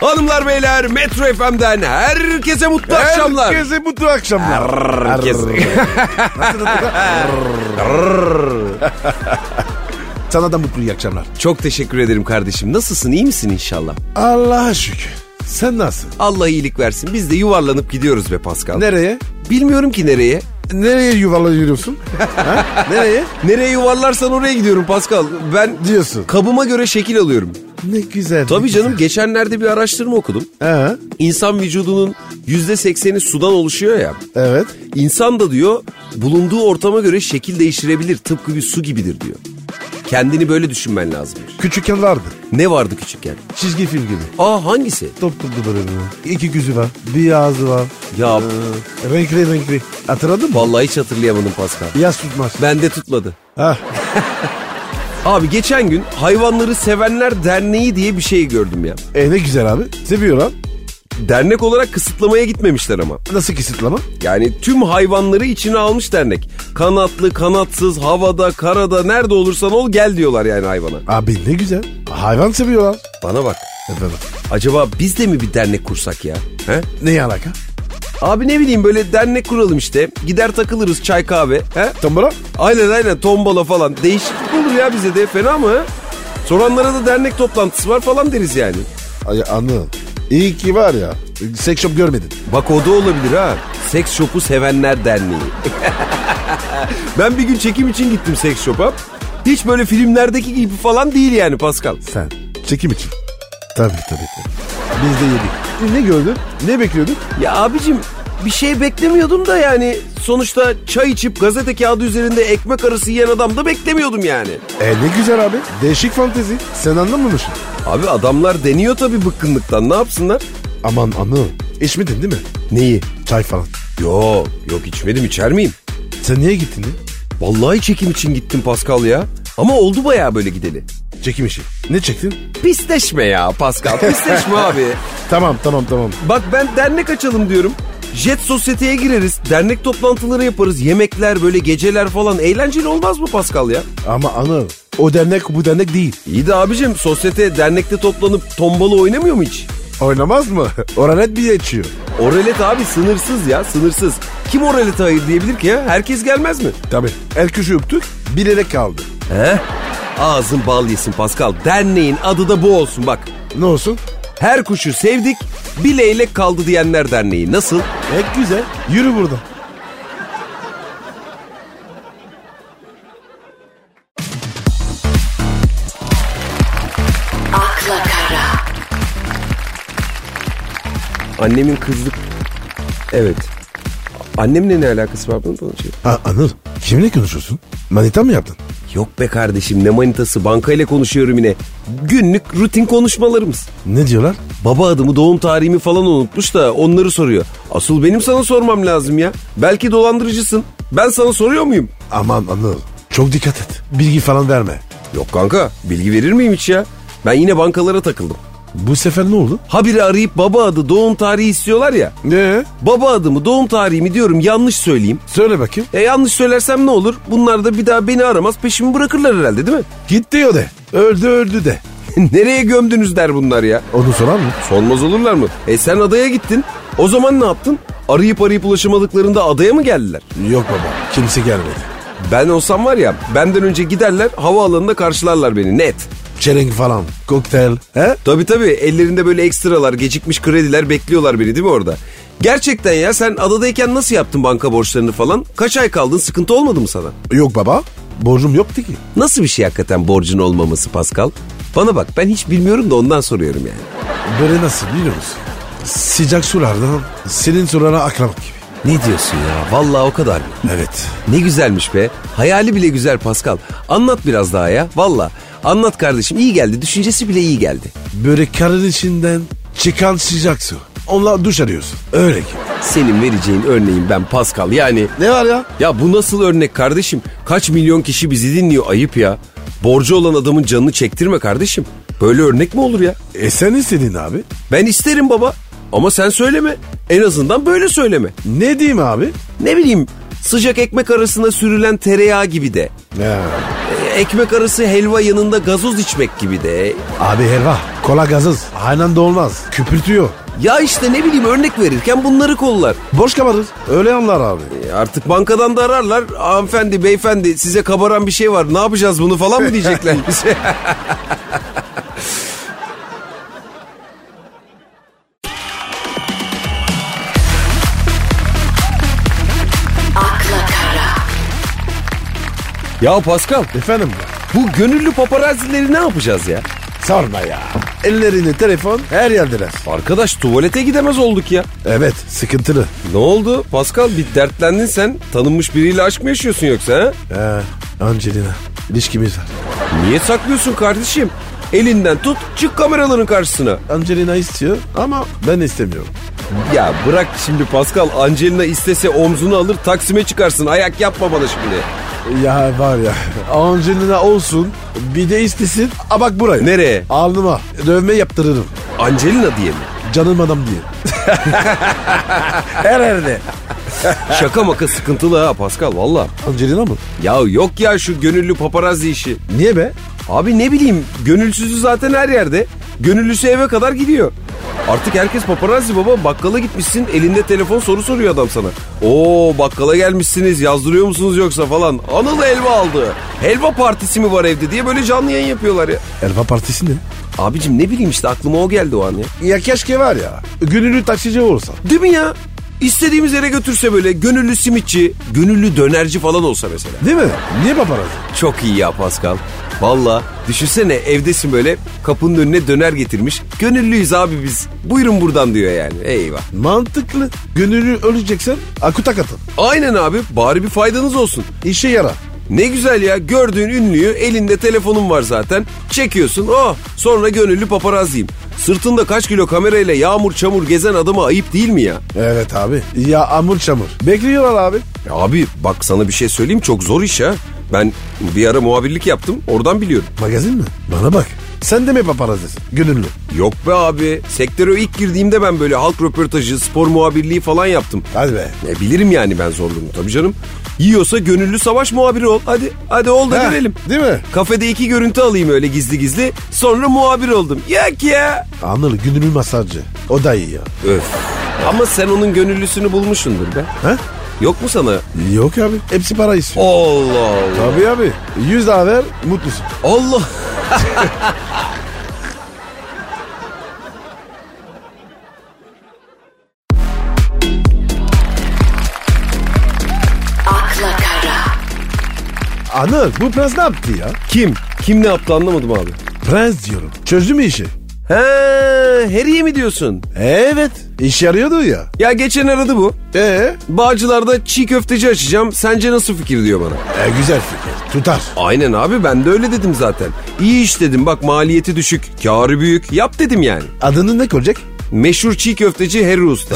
Hanımlar beyler Metro FM'den herkese mutlu akşamlar. Herkese mutlu akşamlar. Herkese. Sana da mutlu iyi akşamlar. Çok teşekkür ederim kardeşim. Nasılsın iyi misin inşallah? Allah'a şükür. Sen nasılsın? Allah iyilik versin. Biz de yuvarlanıp gidiyoruz be Pascal. Nereye? Bilmiyorum ki nereye. Nereye yuvarlanıyorsun? Ha? Nereye? Nereye yuvarlarsan oraya gidiyorum Pascal. Ben Diyorsun. kabıma göre şekil alıyorum. Ne güzel. ne Tabii canım güzel. geçenlerde bir araştırma okudum. Ha, İnsan vücudunun %80'i sudan oluşuyor ya. evet. İnsan da diyor bulunduğu ortama göre şekil değiştirebilir. Tıpkı bir su gibidir diyor. Kendini böyle düşünmen lazım. Küçükken vardı. Ne vardı küçükken? Çizgi film gibi. Aa hangisi? Top toplu böyle. bir- İki gözü var. Bir ağzı var. Ya Renkli renkli. Hatırladın mı? vallahi hiç hatırlayamadım Pascal. Yaz tutmaz. Bende tutmadı. Ha. Abi geçen gün Hayvanları Sevenler Derneği diye bir şey gördüm ya. E ne güzel abi. Seviyor lan. Dernek olarak kısıtlamaya gitmemişler ama. Nasıl kısıtlama? Yani tüm hayvanları içine almış dernek. Kanatlı, kanatsız, havada, karada, nerede olursan ol gel diyorlar yani hayvana. Abi ne güzel. Hayvan seviyorlar. Bana bak. Efendim. Acaba biz de mi bir dernek kursak ya? He? Ne alaka? Abi ne bileyim böyle dernek kuralım işte. Gider takılırız çay kahve. He? Tambora? Aynen aynen tombala falan. Değişiklik olur ya bize de fena mı? Soranlara da dernek toplantısı var falan deriz yani. Ay, anladım. İyi ki var ya. Seks shop görmedin. Bak o da olabilir ha. Seks Shop'u Sevenler Derneği. ben bir gün çekim için gittim Seks Shop'a. Hiç böyle filmlerdeki gibi falan değil yani Pascal. Sen. Çekim için. Tabii tabii. tabii. Biz de yedik. E, Ne gördün? Ne bekliyorduk? Ya abicim bir şey beklemiyordum da yani sonuçta çay içip gazete kağıdı üzerinde ekmek arası yiyen adam da beklemiyordum yani. E ne güzel abi. Değişik fantezi. Sen anlamamışsın. Abi adamlar deniyor tabii bıkkınlıktan ne yapsınlar? Aman anı. İçmedin değil mi? Neyi? Çay falan. Yok yok içmedim içer miyim? Sen niye gittin? lan? Vallahi çekim için gittim Pascal ya. Ama oldu bayağı böyle gideli. Çekim işi. Ne çektin? Pisleşme ya Pascal pisleşme abi. Tamam tamam tamam. Bak ben dernek açalım diyorum. Jet sosyeteye gireriz. Dernek toplantıları yaparız. Yemekler böyle geceler falan. Eğlenceli olmaz mı Pascal ya? Ama anı. O dernek bu dernek değil. İyi de abicim sosyete dernekte toplanıp tombalı oynamıyor mu hiç? Oynamaz mı? Oralet bir şey geçiyor. Oralet abi sınırsız ya sınırsız. Kim oralete hayır diyebilir ki ya? Herkes gelmez mi? Tabii. El köşe öptük. Bir ele kaldı. He? Ağzın bal yesin Pascal. Derneğin adı da bu olsun bak. Ne olsun? Her kuşu sevdik, bir leylek kaldı diyenler derneği. Nasıl? E güzel. Yürü buradan. akla kara, Annemin kızlık... Evet. Annemle ne alakası var bunun? bunun şey? A Anıl kimle konuşuyorsun? Manita mı yaptın? Yok be kardeşim ne manitası bankayla konuşuyorum yine. Günlük rutin konuşmalarımız. Ne diyorlar? Baba adımı doğum tarihimi falan unutmuş da onları soruyor. Asıl benim sana sormam lazım ya. Belki dolandırıcısın. Ben sana soruyor muyum? Aman Anıl çok dikkat et. Bilgi falan verme. Yok kanka bilgi verir miyim hiç ya? Ben yine bankalara takıldım. Bu sefer ne oldu? Habire arayıp baba adı doğum tarihi istiyorlar ya. Ne? Baba adımı doğum tarihimi diyorum yanlış söyleyeyim. Söyle bakayım. E yanlış söylersem ne olur? Bunlar da bir daha beni aramaz peşimi bırakırlar herhalde değil mi? Gitti o de. Öldü öldü de. Nereye gömdünüz der bunlar ya. Onu soran mı? Sormaz olurlar mı? E sen adaya gittin. O zaman ne yaptın? Arayıp arayıp ulaşamadıklarında adaya mı geldiler? Yok baba. Kimse gelmedi. Ben olsam var ya benden önce giderler havaalanında karşılarlar beni net. Çelenk falan. Kokteyl. He? Tabii tabii ellerinde böyle ekstralar gecikmiş krediler bekliyorlar beni değil mi orada? Gerçekten ya sen adadayken nasıl yaptın banka borçlarını falan? Kaç ay kaldın sıkıntı olmadı mı sana? Yok baba. Borcum yoktu ki. Nasıl bir şey hakikaten borcun olmaması Pascal? Bana bak ben hiç bilmiyorum da ondan soruyorum yani. Böyle nasıl biliyor musun? Sıcak sulardan senin sularına aklamak gibi. Ne diyorsun ya? Vallahi o kadar mı? Evet. Ne güzelmiş be. Hayali bile güzel Pascal. Anlat biraz daha ya. Valla. Anlat kardeşim. iyi geldi. Düşüncesi bile iyi geldi. Böyle karın içinden çıkan sıcak su. Onunla duş arıyorsun. Öyle gibi. Senin vereceğin örneğin ben Pascal. Yani Ne var ya? ya bu nasıl örnek kardeşim? Kaç milyon kişi bizi dinliyor ayıp ya. Borcu olan adamın canını çektirme kardeşim. Böyle örnek mi olur ya? E sen istedin abi. Ben isterim baba. Ama sen söyleme. En azından böyle söyleme. Ne diyeyim abi? Ne bileyim sıcak ekmek arasına sürülen tereyağı gibi de. Ya. E, ekmek arası helva yanında gazoz içmek gibi de. Abi helva. Kola gazız. Aynı anda olmaz. Küpürtüyor. Ya işte ne bileyim örnek verirken bunları kollar. Boş kabarır. Öyle anlar abi. E artık bankadan da ararlar. Hanımefendi, beyefendi size kabaran bir şey var. Ne yapacağız bunu falan mı diyecekler bize? Ya Pascal Efendim ya. bu gönüllü paparazileri ne yapacağız ya? Sorma ya. Ellerini telefon her yerdeler. Arkadaş tuvalete gidemez olduk ya. Evet sıkıntılı. Ne oldu? Pascal bir dertlendin sen. Tanınmış biriyle aşk mı yaşıyorsun yoksa ha? Ee, Angelina. İlişkimiz var. Niye saklıyorsun kardeşim? Elinden tut çık kameraların karşısına. Angelina istiyor ama ben istemiyorum. Ya bırak şimdi Pascal Angelina istese omzunu alır Taksim'e çıkarsın. Ayak yapma bana şimdi. Ya var ya. Angelina olsun bir de istesin. A bak buraya. Nereye? Alnıma dövme yaptırırım. Angelina diye mi? Canım adam diye. her yerde. Şaka maka sıkıntılı ha Pascal valla. Angelina mı? Ya yok ya şu gönüllü paparazzi işi. Niye be? Abi ne bileyim gönülsüzü zaten her yerde. Gönüllüsü eve kadar gidiyor. Artık herkes paparazzi baba bakkala gitmişsin elinde telefon soru soruyor adam sana. Oo bakkala gelmişsiniz yazdırıyor musunuz yoksa falan. Anıl helva aldı. Helva partisi mi var evde diye böyle canlı yayın yapıyorlar ya. Elva Partisi ne? Abicim ne bileyim işte aklıma o geldi o an ya. Ya keşke var ya. Gönüllü taksici olsa. Değil mi ya? İstediğimiz yere götürse böyle gönüllü simitçi, gönüllü dönerci falan olsa mesela. Değil mi? Niye paparazzi? Çok iyi ya Pascal. Valla düşünsene evdesin böyle kapının önüne döner getirmiş. Gönüllüyüz abi biz. Buyurun buradan diyor yani. Eyvah. Mantıklı. Gönüllü öleceksen akuta katıl. Aynen abi bari bir faydanız olsun. İşe yara. Ne güzel ya gördüğün ünlüyü elinde telefonun var zaten. Çekiyorsun oh sonra gönüllü paparazziyim. Sırtında kaç kilo kamerayla yağmur çamur gezen adama ayıp değil mi ya? Evet abi. Ya amur çamur. Bekliyorlar abi. Ya abi bak sana bir şey söyleyeyim çok zor iş ha. Ben bir ara muhabirlik yaptım oradan biliyorum. Magazin mi? Bana bak. Sen de mi paparazzisin? Gönüllü. Yok be abi sektöre ilk girdiğimde ben böyle halk röportajı, spor muhabirliği falan yaptım. Hadi be. E, bilirim yani ben zorluğunu tabii canım. Yiyorsa gönüllü savaş muhabiri ol. Hadi hadi ol da Ha, görelim. Değil mi? Kafede iki görüntü alayım öyle gizli gizli. Sonra muhabir oldum. Yak ya. Anıl gönüllü masajcı. O da iyi ya. Öf. Ama sen onun gönüllüsünü bulmuşsundur be. Ha? Yok mu sana? Yok abi. Hepsi para istiyor. Allah Allah. Tabii abi. 100 lira ver mutlusun. Allah. Anıl bu prens ne yaptı ya? Kim? Kim ne yaptı anlamadım abi. Prens diyorum. Çözdü mü işi? He, Harry'e mi diyorsun? Evet. İş yarıyordu ya. Ya geçen aradı bu. Ee? Bağcılar'da çiğ köfteci açacağım. Sence nasıl fikir diyor bana. E, güzel fikir. Tutar. Aynen abi ben de öyle dedim zaten. İyi iş dedim bak maliyeti düşük, karı büyük. Yap dedim yani. Adını ne koyacak? Meşhur çiğ köfteci Harry Usta.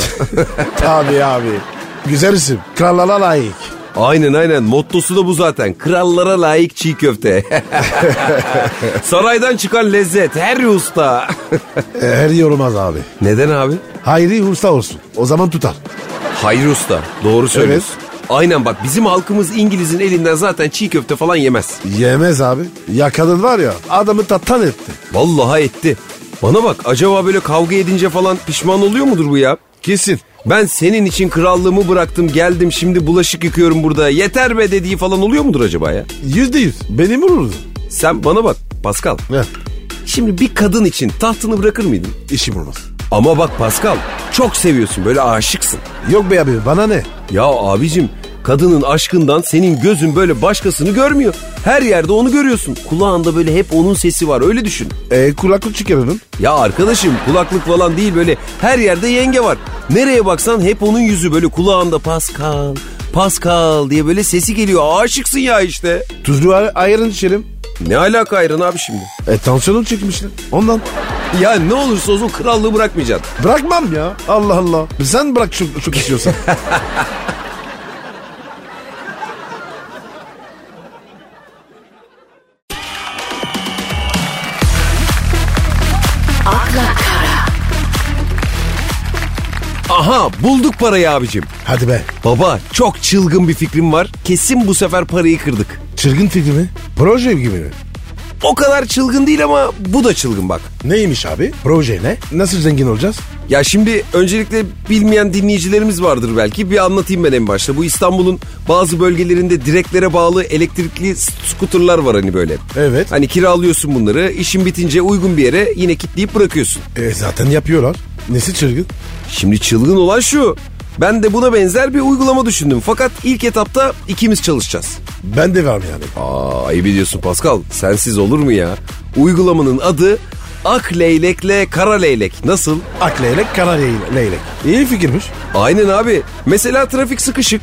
Tabii abi. Güzel isim. Krallara layık. aynen aynen mottosu da bu zaten. Krallara layık çiğ köfte. Saraydan çıkan lezzet Harry Usta. E, her yorulmaz abi. Neden abi? Hayri Hursa olsun. O zaman tutar. Hayri Usta doğru söylüyorsun. Aynen bak bizim halkımız İngiliz'in elinden zaten çiğ köfte falan yemez. Yemez abi. Ya kadın var ya adamı tattan etti. Vallahi etti. Bana bak acaba böyle kavga edince falan pişman oluyor mudur bu ya? Kesin. Ben senin için krallığımı bıraktım geldim şimdi bulaşık yıkıyorum burada yeter be dediği falan oluyor mudur acaba ya? Yüzde yüz. Beni vururdu. Sen bana bak Pascal. Ne? Şimdi bir kadın için tahtını bırakır mıydın? İşim olmaz. Ama bak Pascal çok seviyorsun böyle aşıksın. Yok be abi bana ne? Ya abicim kadının aşkından senin gözün böyle başkasını görmüyor. Her yerde onu görüyorsun. Kulağında böyle hep onun sesi var öyle düşün. E, kulaklık çıkarırım. Ya arkadaşım kulaklık falan değil böyle her yerde yenge var. Nereye baksan hep onun yüzü böyle kulağında Pascal, Pascal diye böyle sesi geliyor. Aşıksın ya işte. Tuzlu ay- ayran içerim. Ne alaka ayran abi şimdi? E tansiyonum çekmişti. Ondan. Ya ne olursa olsun krallığı bırakmayacaksın. Bırakmam ya. Allah Allah. Sen bırak şu, şu istiyorsan. Aha bulduk parayı abicim. Hadi be. Baba çok çılgın bir fikrim var. Kesin bu sefer parayı kırdık. Çılgın fikri mi? Proje gibi mi? O kadar çılgın değil ama bu da çılgın bak. Neymiş abi? Proje ne? Nasıl zengin olacağız? Ya şimdi öncelikle bilmeyen dinleyicilerimiz vardır belki. Bir anlatayım ben en başta. Bu İstanbul'un bazı bölgelerinde direklere bağlı elektrikli skuterlar var hani böyle. Evet. Hani kiralıyorsun bunları. işin bitince uygun bir yere yine kilitleyip bırakıyorsun. E, zaten yapıyorlar. Nesi çılgın? Şimdi çılgın olan şu. Ben de buna benzer bir uygulama düşündüm. Fakat ilk etapta ikimiz çalışacağız. Ben de varım yani. Aa ayıp ediyorsun Pascal. Sensiz olur mu ya? Uygulamanın adı Ak Leylek'le Kara Leylek. Nasıl? Ak leylek, kara leyle- leylek. İyi fikirmiş. Aynen abi. Mesela trafik sıkışık.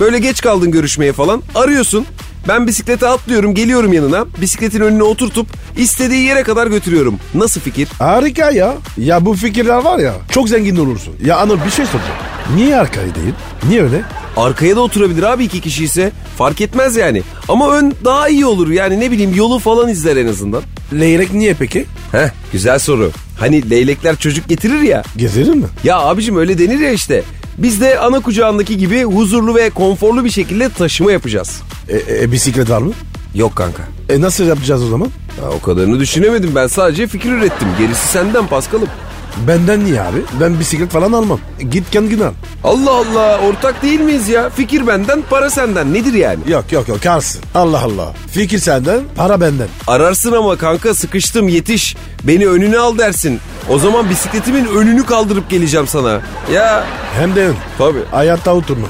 Böyle geç kaldın görüşmeye falan. Arıyorsun. Ben bisiklete atlıyorum geliyorum yanına. Bisikletin önüne oturtup istediği yere kadar götürüyorum. Nasıl fikir? Harika ya. Ya bu fikirler var ya çok zengin olursun. Ya Anıl bir şey soracağım. Niye arkayı değil? Niye öyle? Arkaya da oturabilir abi iki kişi ise. Fark etmez yani. Ama ön daha iyi olur yani ne bileyim yolu falan izler en azından. Leylek niye peki? Heh güzel soru. Hani leylekler çocuk getirir ya. Gezerim mi? Ya abicim öyle denir ya işte. Biz de ana kucağındaki gibi huzurlu ve konforlu bir şekilde taşıma yapacağız. E, e, bisiklet var mı? Yok kanka. E nasıl yapacağız o zaman? Ha, o kadarını düşünemedim ben sadece fikir ürettim. Gerisi senden Paskal'ım. Benden niye abi? Ben bisiklet falan almam. E, Git kendin al. Allah Allah ortak değil miyiz ya? Fikir benden para senden nedir yani? Yok yok yok kalsın. Allah Allah. Fikir senden, para benden. Ararsın ama kanka sıkıştım yetiş. Beni önüne al dersin. O zaman bisikletimin önünü kaldırıp geleceğim sana. Ya Hem de ön. tabii. Hayatta oturma.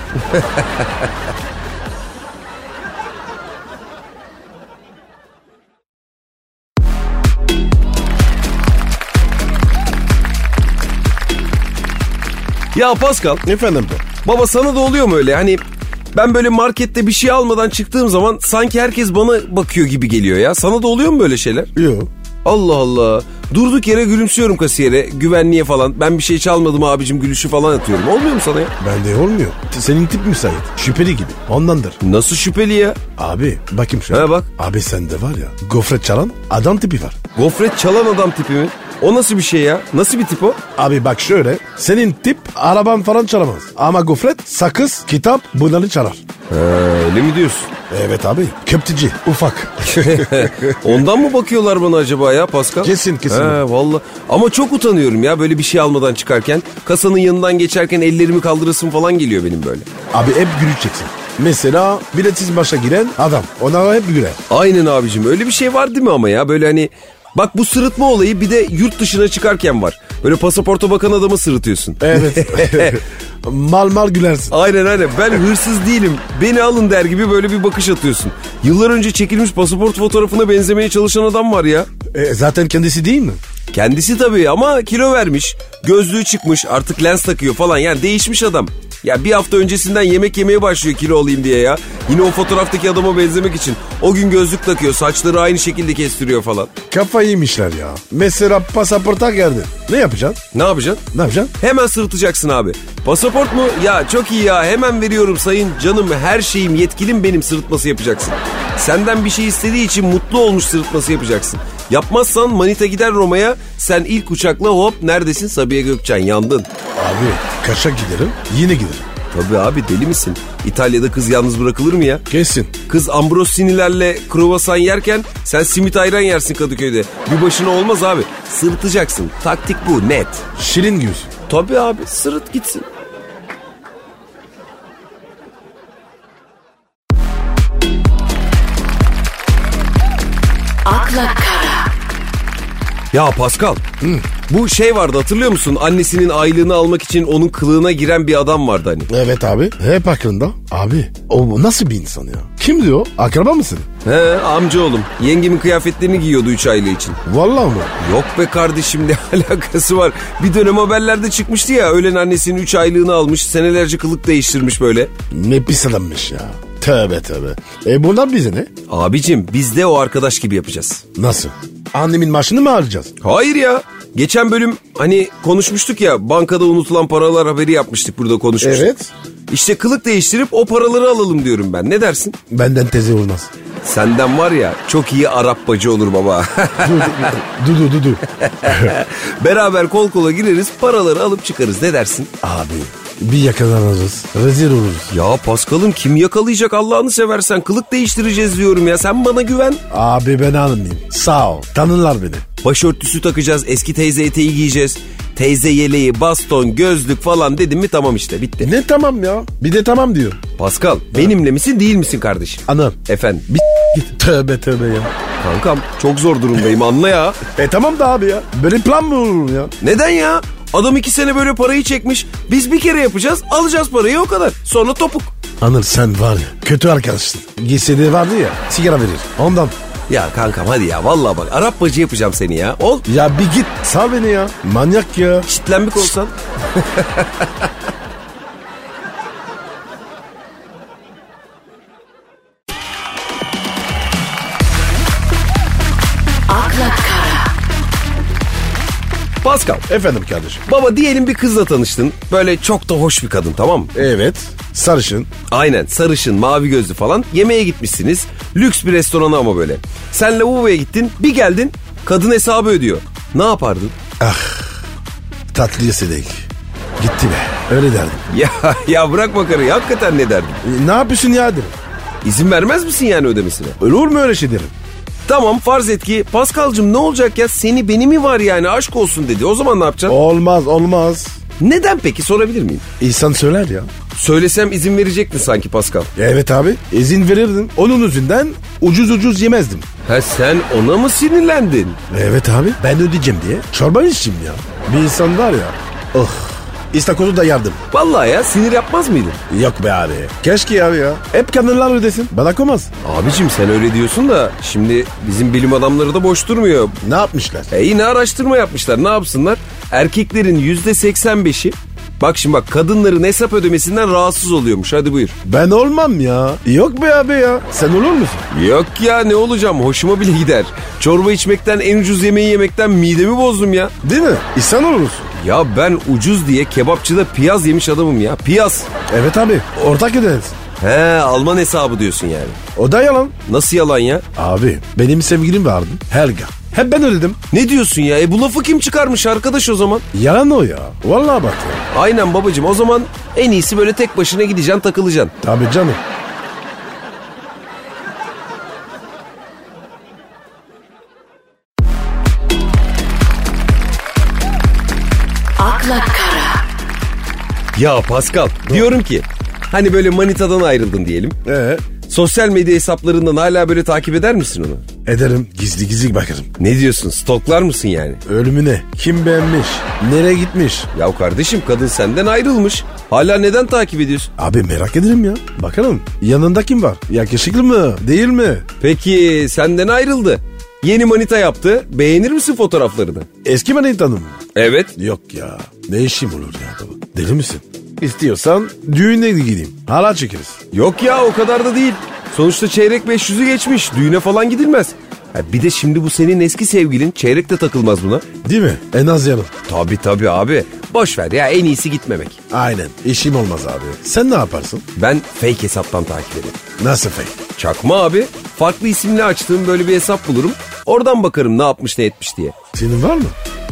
Ya Pascal Efendim de. Baba sana da oluyor mu öyle? Hani ben böyle markette bir şey almadan çıktığım zaman sanki herkes bana bakıyor gibi geliyor ya. Sana da oluyor mu böyle şeyler? Yok. Allah Allah. Durduk yere gülümsüyorum kasiyere, güvenliğe falan. Ben bir şey çalmadım abicim gülüşü falan atıyorum. Olmuyor mu sana ya? Bende olmuyor. Senin tip müsait. Şüpheli gibi. Ondandır. Nasıl şüpheli ya? Abi bakayım şöyle. He bak. Abi sende var ya gofret çalan adam tipi var. Gofret çalan adam tipi mi? O nasıl bir şey ya? Nasıl bir tip o? Abi bak şöyle senin tip araban falan çalamaz. Ama gofret, sakız, kitap bunları çalar. Ha, öyle mi diyorsun? Evet abi köpteci ufak. Ondan mı bakıyorlar bana acaba ya Pascal? Kesin, kesin. He valla. Ama çok utanıyorum ya böyle bir şey almadan çıkarken. Kasanın yanından geçerken ellerimi kaldırasım falan geliyor benim böyle. abi hep güleceksin. Mesela biletsiz başa giren adam ona hep güler. Aynen abicim öyle bir şey var değil mi ama ya böyle hani bak bu sırıtma olayı bir de yurt dışına çıkarken var. Böyle pasaporta bakan adamı sırıtıyorsun. Evet. mal mal gülersin. Aynen aynen ben hırsız değilim beni alın der gibi böyle bir bakış atıyorsun. Yıllar önce çekilmiş pasaport fotoğrafına benzemeye çalışan adam var ya. E, zaten kendisi değil mi? Kendisi tabii ama kilo vermiş. Gözlüğü çıkmış artık lens takıyor falan yani değişmiş adam. Ya bir hafta öncesinden yemek yemeye başlıyor kilo olayım diye ya. Yine o fotoğraftaki adama benzemek için. O gün gözlük takıyor saçları aynı şekilde kestiriyor falan. Kafayı yemişler ya. Mesela pasaporta geldi. Ne yapacaksın? Ne yapacaksın? Ne yapacaksın? Hemen sırıtacaksın abi. Pasaport mu? Ya çok iyi ya hemen veriyorum sayın canım her şeyim yetkilim benim sırıtması yapacaksın. Senden bir şey istediği için mutlu olmuş sırıtması yapacaksın. Yapmazsan manita gider Roma'ya sen ilk uçakla hop neredesin Sabiha Gökçen yandın. Abi kaşa giderim yine giderim. Tabii abi deli misin? İtalya'da kız yalnız bırakılır mı ya? Kesin. Kız ambrosinilerle kruvasan yerken sen simit ayran yersin Kadıköy'de. Bir başına olmaz abi. Sırıtacaksın. Taktik bu net. Şirin gibisin. Tabii abi sırıt gitsin. akla kara, Ya Pascal bu şey vardı hatırlıyor musun? Annesinin aylığını almak için onun kılığına giren bir adam vardı hani. Evet abi. Hep aklında. Abi o nasıl bir insan ya? Kim diyor? Akraba mısın? He amca oğlum yengemin kıyafetlerini giyiyordu 3 aylığı için. Vallahi mı? Yok be kardeşim ne alakası var? Bir dönem haberlerde çıkmıştı ya ölen annesinin 3 aylığını almış senelerce kılık değiştirmiş böyle. Ne pis adammış ya. Tövbe tövbe. E bunlar bize ne? Abicim biz de o arkadaş gibi yapacağız. Nasıl? Annemin maaşını mı alacağız? Hayır ya. Geçen bölüm hani konuşmuştuk ya bankada unutulan paralar haberi yapmıştık burada konuşmuştuk. Evet. İşte kılık değiştirip o paraları alalım diyorum ben. Ne dersin? Benden teze olmaz. Senden var ya çok iyi Arap bacı olur baba. Dur dur dur dur. dur. Beraber kol kola gireriz paraları alıp çıkarız ne dersin? Abi Bir yakalanırız. Rezil oluruz. Ya Paskal'ım kim yakalayacak Allah'ını seversen kılık değiştireceğiz diyorum ya sen bana güven. Abi ben almayayım. Sağ ol. Tanırlar beni. Başörtüsü takacağız eski teyze eteği giyeceğiz. Teyze yeleği, baston, gözlük falan dedim mi tamam işte bitti. E, Ne tamam ya? Bir de tamam diyor. Paskal benimle misin değil misin kardeşim? Anam. Efendim Bir git. Tövbe tövbe ya. kankam çok zor durumdayım anla ya. E tamam da abi ya. Böyle plan mı olur ya? Neden ya? Adam iki sene böyle parayı çekmiş. Biz bir kere yapacağız alacağız parayı o kadar. Sonra topuk. Anır sen var ya. Kötü arkadaşsın. Giysede vardı ya. Sigara verir. Ondan. Ya kankam hadi ya vallahi bak Arap bacı yapacağım seni ya. Ol Ya bir git. Sal beni ya. Manyak ya. çitlenmek olsan. akla kara, Pascal Efendim kardeşim. baba diyelim bir kızla tanıştın. Böyle çok da hoş bir kadın tamam mı? Evet. Sarışın. Aynen sarışın mavi gözlü falan yemeğe gitmişsiniz. Lüks bir restorana ama böyle. Sen lavaboya gittin bir geldin kadın hesabı ödüyor. Ne yapardın? Tatlıya sedek. Gitti be. Öyle derdim. Ya ya bırak makarayı hakikaten ne derdin? E, ne yapıyorsun ya derim. İzin vermez misin yani ödemesine? Olur mu öyle şey derim. Tamam farz et ki Paskal'cığım ne olacak ya seni beni mi var yani aşk olsun dedi. O zaman ne yapacaksın? Olmaz olmaz. Neden peki sorabilir miyim? İnsan söyler ya. Söylesem izin verecektin sanki Paskal. E, Evet abi. izin verirdim. Onun yüzünden ucuz ucuz yemezdim. Ha sen ona mı sinirlendin? E, Evet abi. Ben ödeyeceğim diye. Çorba içeyim ya. Bir insan var ya. Oh. İstakozu da yardım. Vallahi ya sinir yapmaz mıydın? Yok be abi. Keşke abi ya. Hep kadınlar ödesin. Bana komaz. Abicim sen öyle diyorsun da şimdi bizim bilim adamları da boş durmuyor. Ne yapmışlar? E yine araştırma yapmışlar ne yapsınlar? Erkeklerin yüzde 85'i bak şimdi bak kadınların hesap ödemesinden rahatsız oluyormuş hadi buyur. Ben olmam ya. Yok be abi ya. Sen olur musun? Yok ya ne olacağım hoşuma bile gider. Çorba içmekten en ucuz yemeği yemekten midemi bozdum ya. Değil mi? İnsan olursun. Ya ben ucuz diye kebapçıda piyaz yemiş adamım ya piyaz. Evet abi. Ortak öderiz. He Alman hesabı diyorsun yani. O da yalan. Nasıl yalan ya? Abi benim sevgilim vardı. Helga. Hep ben ödedim. Ne diyorsun ya? E bu lafı kim çıkarmış arkadaş o zaman? Yalan o ya. Vallahi bak ya. Aynen babacım o zaman en iyisi böyle tek başına gideceksin takılacaksın. Tabii canım. akla kara, Ya Pascal diyorum ki hani böyle manitadan ayrıldın diyelim. Ee, Sosyal medya hesaplarından hala böyle takip eder misin onu? ederim. Gizli gizli bakarım. Ne diyorsun stoklar mısın yani? Ölümüne. Kim beğenmiş? Nereye gitmiş? Ya kardeşim kadın senden ayrılmış. Hala neden takip ediyorsun? Abi merak ederim ya. Bakalım. Yanında kim var? Yakışıklı mı? Değil mi? Peki senden ayrıldı. Yeni manita yaptı. Beğenir misin fotoğraflarını? Eski manitanı mı? Evet. Yok ya. Ne işim olur ya adamın? Deli misin? İstiyorsan düğüne gideyim. Hala çekeriz. Yok ya o kadar da değil. Sonuçta çeyrek 500'ü geçmiş. Düğüne falan gidilmez. Ha, bir de şimdi bu senin eski sevgilin çeyrek de takılmaz buna. Değil mi? En az yarın. Tabi tabi abi. Boş ver ya en iyisi gitmemek. Aynen. İşim olmaz abi. Sen ne yaparsın? Ben fake hesaptan takip ederim. Nasıl fake? Çakma abi. Farklı isimle açtığım böyle bir hesap bulurum. Oradan bakarım ne yapmış ne etmiş diye. Senin var mı?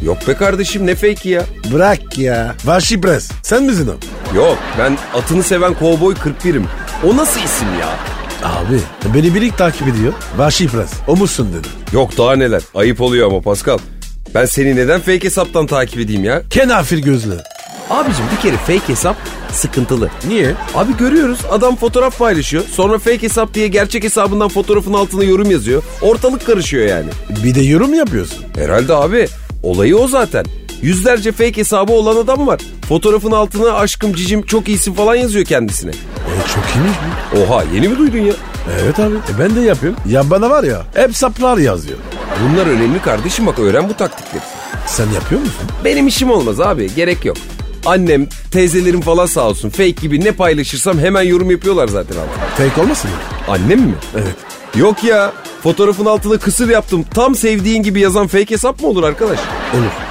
Yok be kardeşim ne fake ya. Bırak ya. Vahşi Prens. Sen misin o? Yok ben atını seven kovboy 41'im. O nasıl isim ya? Abi beni birik takip ediyor. Vahşi Prens. O musun dedi. Yok daha neler. Ayıp oluyor ama Pascal. Ben seni neden fake hesaptan takip edeyim ya? Kenafir gözlü. Abicim bir kere fake hesap sıkıntılı. Niye? Abi görüyoruz adam fotoğraf paylaşıyor. Sonra fake hesap diye gerçek hesabından fotoğrafın altına yorum yazıyor. Ortalık karışıyor yani. Bir de yorum yapıyorsun. Herhalde abi olayı o zaten. Yüzlerce fake hesabı olan adam var. Fotoğrafın altına aşkım cicim çok iyisin falan yazıyor kendisine. E, çok iyiymiş bu. Oha yeni mi duydun ya? Evet abi. E, ben de yapıyorum. Ya bana var ya hep saplar yazıyor. Bunlar önemli kardeşim bak öğren bu taktikleri. Sen yapıyor musun? Benim işim olmaz abi gerek yok. Annem, teyzelerim falan sağ olsun fake gibi ne paylaşırsam hemen yorum yapıyorlar zaten abi. Fake olmasın mı? Annem mi? Evet. Yok ya fotoğrafın altına kısır yaptım tam sevdiğin gibi yazan fake hesap mı olur arkadaş? Olur.